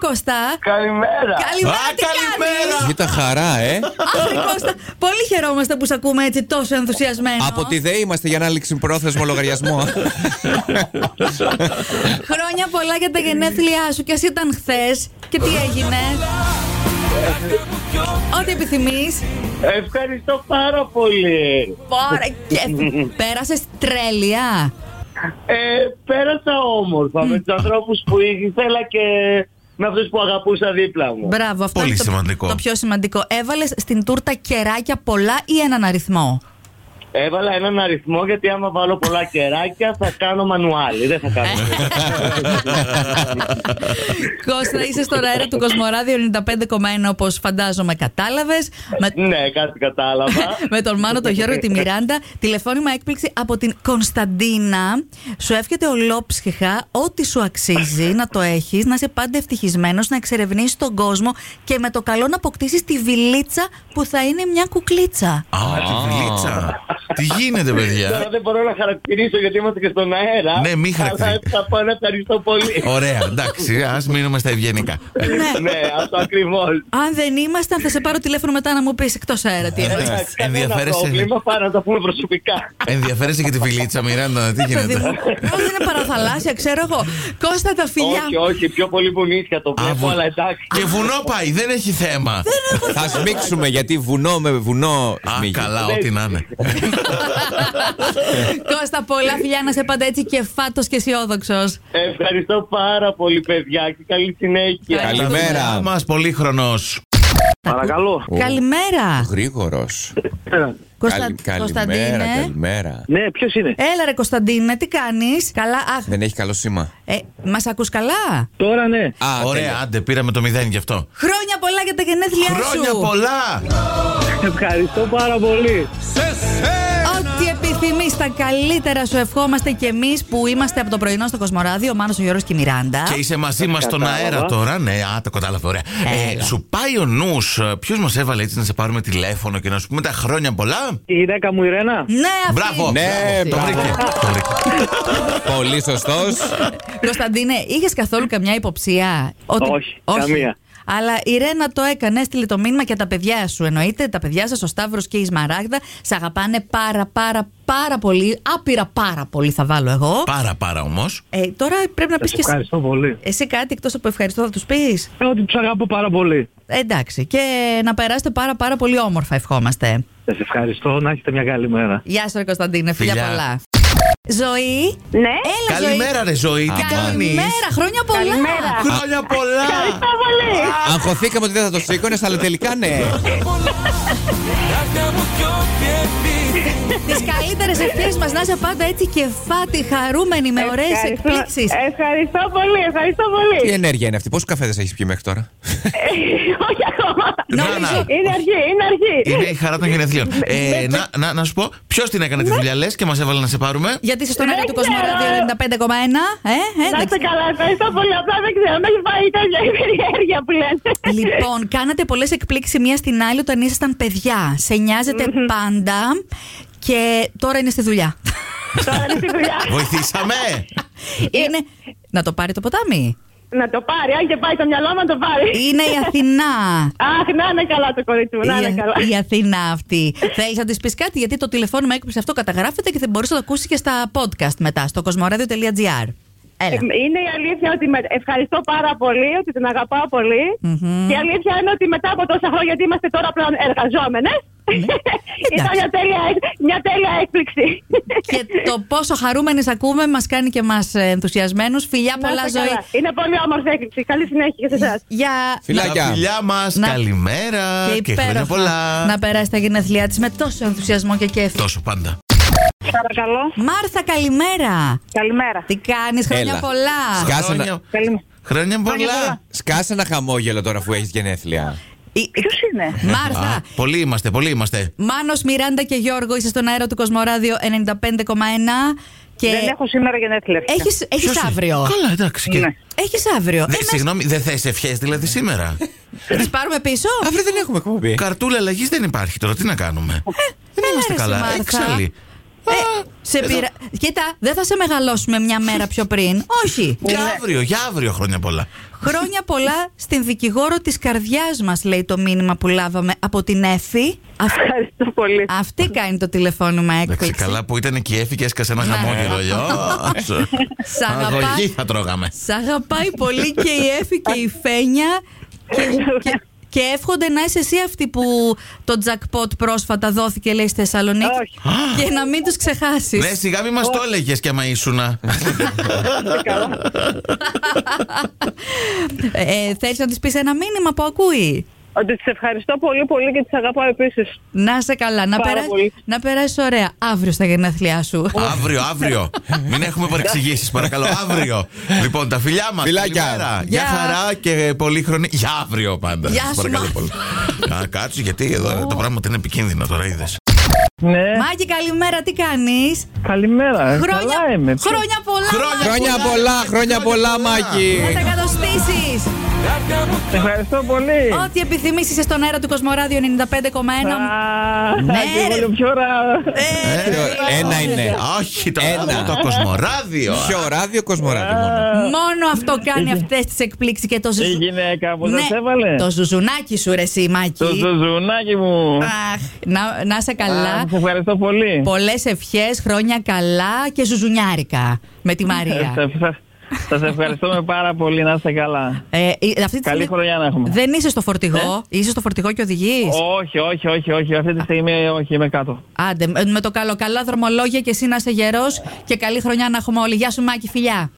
Κώστα. Καλημέρα. Καλημέρα, Α, τι κάνεις? καλημέρα. Γη τα χαρά, ε. Αχ, Κώστα, πολύ χαιρόμαστε που σε ακούμε έτσι τόσο ενθουσιασμένο. Από τη ΔΕΗ είμαστε για ένα πρόθεσμο λογαριασμό. Χρόνια πολλά για τα γενέθλιά σου και ας ήταν χθες. Και τι έγινε. Ό,τι επιθυμείς Ευχαριστώ πάρα πολύ. Πόρα και πέρασες τρέλεια. Ε, πέρασα όμορφα με τους ανθρώπους που ήθελα και με αυτούς που αγαπούσα δίπλα μου. Μπράβο, αυτό Πολύ είναι το- σημαντικό. Το, πιο σημαντικό. Έβαλες στην τούρτα κεράκια πολλά ή έναν αριθμό. Έβαλα έναν αριθμό γιατί άμα βάλω πολλά κεράκια θα κάνω μανουάλι. Δεν θα κάνω. Κώστα, είσαι στον αέρα του Κοσμοράδιο 95,1 όπως φαντάζομαι κατάλαβες. Με, ναι, κάτι κατάλαβα. με τον Μάνο, τον Γιώργο και τη Μιράντα. Τηλεφώνημα έκπληξη από την Κωνσταντίνα. Σου εύχεται ολόψυχα ό,τι σου αξίζει να το έχεις, να είσαι πάντα ευτυχισμένος, να εξερευνήσεις τον κόσμο και με το καλό να αποκτήσεις τη βιλίτσα που θα είναι μια κουκλίτσα. Α, τη βλίτσα. Τι γίνεται, Τώρα παιδιά. δεν μπορώ να χαρακτηρίσω γιατί είμαστε και στον αέρα. Ναι, μη Αλλά χαρακτηρι- θα πω να ευχαριστώ πολύ. Ωραία, εντάξει, ας μείνουμε στα ευγενικά. Ναι. ναι, αυτό ακριβώς. Αν δεν ήμασταν, θα σε πάρω τηλέφωνο μετά να μου πεις εκτός αέρα τι είναι. Εντάξει, Ε, ενδιαφέρεσαι. πρόβλημα, πάρα να τα πούμε προσωπικά. Ενδιαφέρεσαι και τη βιλίτσα, Μιράντα, τι Παιδί μου, Ε, γίνεται. πώς δεν είναι παραθαλάσσια, ξέρω εγώ. Κώστα τα φιλιά. όχι, όχι, πιο πολύ βουνίσια το Α, βλέπω, βου- αλλά εντάξει. Και βουνό πάει, δεν έχει θέμα. Θα σμίξουμε γιατί βουνό με βουνό Α, σμίγει. καλά, ό,τι να είναι. Κώστα, πολλά φιλιά να σε πάντα έτσι και φάτο και αισιόδοξος. Ευχαριστώ πάρα πολύ, παιδιά, και καλή συνέχεια. Καλημέρα. Μας πολύχρονος. Παρακαλώ. Ο- Καλημέρα. Γρήγορος. Κώστα, Καλημέρα, Κωνσταντίνε. καλημέρα. Ναι, ποιος είναι. Έλα ρε Κωνσταντίνε, τι κάνεις Καλά, αχ, Δεν έχει καλό σήμα. ε, μας ακούς καλά Τώρα ναι. Α, Ωραία, άντε, πήραμε το μηδέν γι' αυτό. Χρόνια πολλά για τα γενέθλιά σου Χρόνια πολλά! Ευχαριστώ πάρα πολύ. Ό,τι επιθυμείς, τα καλύτερα σου ευχόμαστε και εμείς που είμαστε από το πρωινό στο Κοσμοράδιο Ο Μάνος, ο Γιώργος και η Μιράντα Και είσαι μαζί μας στον κατάλαβα. αέρα τώρα. Ναι, α, το κατάλαβα. Ωραία. Ε, Έλα. σου πάει ο νους, ποιος μας έβαλε έτσι να σε πάρουμε τηλέφωνο και να σου πούμε τα χρόνια πολλά. Η γυναίκα μου η Ρένα. Ναι, αυτή Μπράβο! Ναι, το μπράβο. βρήκε. Το βρήκε. Πολύ σωστός. Κωνσταντίνε, είχες καθόλου καμιά υποψία. Ότι... Όχι, καμία. Αλλά η Ρένα το έκανε, έστειλε το μήνυμα και τα παιδιά σου. Εννοείται, τα παιδιά σας, ο Σταύρος και η Σμαράγδα, σε αγαπάνε πάρα πάρα πάρα πολύ. Άπειρα πάρα πολύ θα βάλω εγώ. Πάρα πάρα όμως. Ε, τώρα πρέπει να πεις και εσύ, Ευχαριστώ πολύ. εσύ κάτι εκτός από ευχαριστώ θα τους πεις. Ε, ότι τους αγαπώ πάρα πολύ. Εντάξει, και να περάσετε πάρα πάρα πολύ όμορφα, ευχόμαστε. Σας ευχαριστώ. Να έχετε μια καλή μέρα. Γεια σου, ρε Κωνσταντίνε, φιλιά, Φιλιά. πολλά. Ζωή. Ναι. Έλα, Καλημέρα, ρε ζωή, ζωή. τι κάνεις. Καλημέρα, χρόνια πολλά. Καλημέρα. Χρόνια πολλά! Αγχωθήκαμε ότι δεν θα το σήκωνες, αλλά τελικά ναι. Τις καλύτερες ευχές μας να είσαι πάντα έτσι και φάτη, χαρούμενη, με ωραίες Ευχαριστώ- Ε, εκπλήξεις. Ευχαριστώ πολύ, ευχαριστώ Τι πολύ. ενέργεια είναι αυτή, πόσους καφέδες έχεις πιει μέχρι τώρα. Όχι ακόμα. Να, να. Είναι αργή, είναι Ε, αργή. Είναι η χαρά των γενεθλίων. Ε, να, να, να σου πω, ποιος την έκανε τη δουλειά, λες και μας έβαλε να σε πάρουμε. Γιατί είσαι στον Δεν αέρα του ξέρω. Κοσμοράδιο 95,1. Ε, Να είστε εντάξει. καλά, ευχαριστώ πολύ. Απλά δεν ξέρω, με έχει φάει τέτοια η περιέργεια που λένε. Λοιπόν, κάνατε πολλές εκπλήξεις μία στην άλλη όταν ήσασταν παιδιά. Σε νοιάζετε πάντα και τώρα είναι στη δουλειά. Τώρα είναι στη δουλειά. Βοηθήσαμε! είναι. Να το πάρει το ποτάμι. Να το πάρει, αν και πάει το μυαλό μου, να το πάρει. Είναι η Αθηνά. Αχ, να είναι καλά το κορίτσι μου, να είναι καλά. Η, η Αθηνά αυτή. Θέλεις να της πεις κάτι, γιατί το τηλεφώνημα έκπληξη αυτό καταγράφεται και θα μπορείς να το ακούσεις και στα podcast μετά, στο κοσμοradio.gr. Έλα. Είναι η αλήθεια ότι με... ευχαριστώ πάρα πολύ, ότι την αγαπάω πολύ. Μμμ. Και η αλήθεια είναι ότι μετά από τόσα χρόνια, γιατί είμαστε τώρα πλέον εργαζόμενες, Ναι. ήταν μια τέλεια, έκ- μια τέλεια έκπληξη. και το πόσο χαρούμενοι σ' ακούμε μας κάνει και μας ε, ενθουσιασμένους. Φιλιά Να πολλά είστε ζωή. καλά. Είναι πολύ όμορφη έκπληξη. Καλή συνέχεια και σε εσάς. Για Φιλάκια. Τα φιλιά μας, Να- καλημέρα και, χρόνια πολλά. να περάσει τα γενέθλιά της με τόσο ενθουσιασμό και κέφι. Τόσο πάντα. Παρακαλώ. Μάρθα καλημέρα. Καλημέρα. Τι κάνεις χρόνια Έλα. πολλά. Σκα- Κάσε να- Χρόνια, Καλημέρα. χρόνια πολλά. πολλά. Σκάσε ένα χαμόγελο τώρα που έχεις γενέθλια. Η- η- Ποιος είναι? Α, Μάρθα. πολλοί είμαστε, πολλοί είμαστε. Μάνος, Μιράντα και Γιώργο είσαι στον αέρα του Κοσμοράδιο 95,1 και σήμερα γενέθλια. έχεις, έχεις Ποιος είναι? αύριο. Καλά, εντάξει. Και... Ναι. Έχεις αύριο. Δε- Ε, μέσα- συγγνώμη, δεν θες ευχές δηλαδή σήμερα. θα τις πάρουμε πίσω. Αύριο δεν έχουμε εκπομπή. Καρτούλα αλλαγής δεν υπάρχει τώρα, τι να κάνουμε. δεν Ε, έλα, είμαστε ρε, καλά. Μάρθα. Έξαλλοι. Ε, Σε πειρα... Κοίτα, δεν θα σε μεγαλώσουμε μια μέρα πιο πριν. Όχι. Για αύριο, για αύριο χρόνια πολλά. Χρόνια πολλά στην δικηγόρο της καρδιάς μας, λέει το μήνυμα που λάβαμε από την Εφη. Αυ- Ευχαριστώ πολύ. Αυτή κάνει το τηλεφώνημα Εντάξει, έκπληξη. καλά που ήταν και η Εφη και έσκασε ένα Ναι. χαμόγελο. Αλλιώς, Σ' αγαπά. Αγωγή θα τρώγαμε. Σ' αγαπάει πολύ και η Εφη και η Φένια. Και, και, και εύχονται να είσαι εσύ αυτή που το τζακπότ πρόσφατα δόθηκε, λέει, στη Θεσσαλονίκη. Και να μην τους ξεχάσεις. Ναι, σιγά μη μας το έλεγε κι άμα ήσουνα. ε, Θέλει να τη πεις ένα μήνυμα που ακούει. Ότι τις ευχαριστώ πολύ πολύ και τις αγαπάω επίσης. Να είσαι καλά, να, Πάρα περά... πολύ. να περάσεις ωραία. Αύριο στα γενέθλιά σου. Αύριο, αύριο. Μην έχουμε παρεξηγήσεις, παρακαλώ. Αύριο. Λοιπόν, τα φιλιά μας. Φιλάκια. Γεια Γεια. χαρά και πολύ χρονή. Για αύριο πάντα. Γεια σας σου, παρακαλώ Μάθη. πολύ. Α, Κάτσε, γιατί εδώ το πράγμα είναι επικίνδυνο τώρα, είδες. Ε. Ναι, Μάκη, καλημέρα, τι κάνεις. καλημέρα. Ε, Καλά είμαι. χρόνια πολλά. Χρόνια Χρόνια πολλά, χρόνια πολλά, Μάκη. Θα τα κατοστήσεις. Ευχαριστώ πολύ. Ό,τι επιθυμήσει είσαι στον αέρα του Κοσμοράδιο 95,1. Α, Ναι, και ρε. πολύ πιο ωρα. Ε, Ένα είναι. Όχι, το, Ένα. το κοσμοράδιο. Ποιο ράδιο, κοσμοράδιο μόνο. Μόνο αυτό Ε. κάνει αυτές τις εκπλήξεις και το Η ζουζουνάκι. γυναίκα που δεν σε έβαλε. Ε, ναι, Το ζουζουνάκι σου, ρε εσύ, Μάκη. Το ζουζουνάκι μου. Αχ, να, να είσαι καλά. Α, ναι. Σε ευχαριστώ πολύ. Πολλές ευχές, χρόνια καλά και ζουζουνιάρικα με τη Μαρία. Ε, σε- Σα σε ευχαριστούμε πάρα πολύ. Να είστε καλά. Ε, ε, αυτή τη στιγμή Καλή χρονιά να έχουμε. Ε. Δεν είσαι στο φορτηγό. Είσαι στο φορτηγό και οδηγείς. Όχι, όχι, όχι, όχι. Αυτή τη στιγμή όχι, είμαι κάτω. ε, Άντε, με- με το καλό. Καλά δρομολόγια και εσύ να είσαι γερός και καλή χρονιά να έχουμε όλοι. Γεια σου, Μάκη, φιλιά.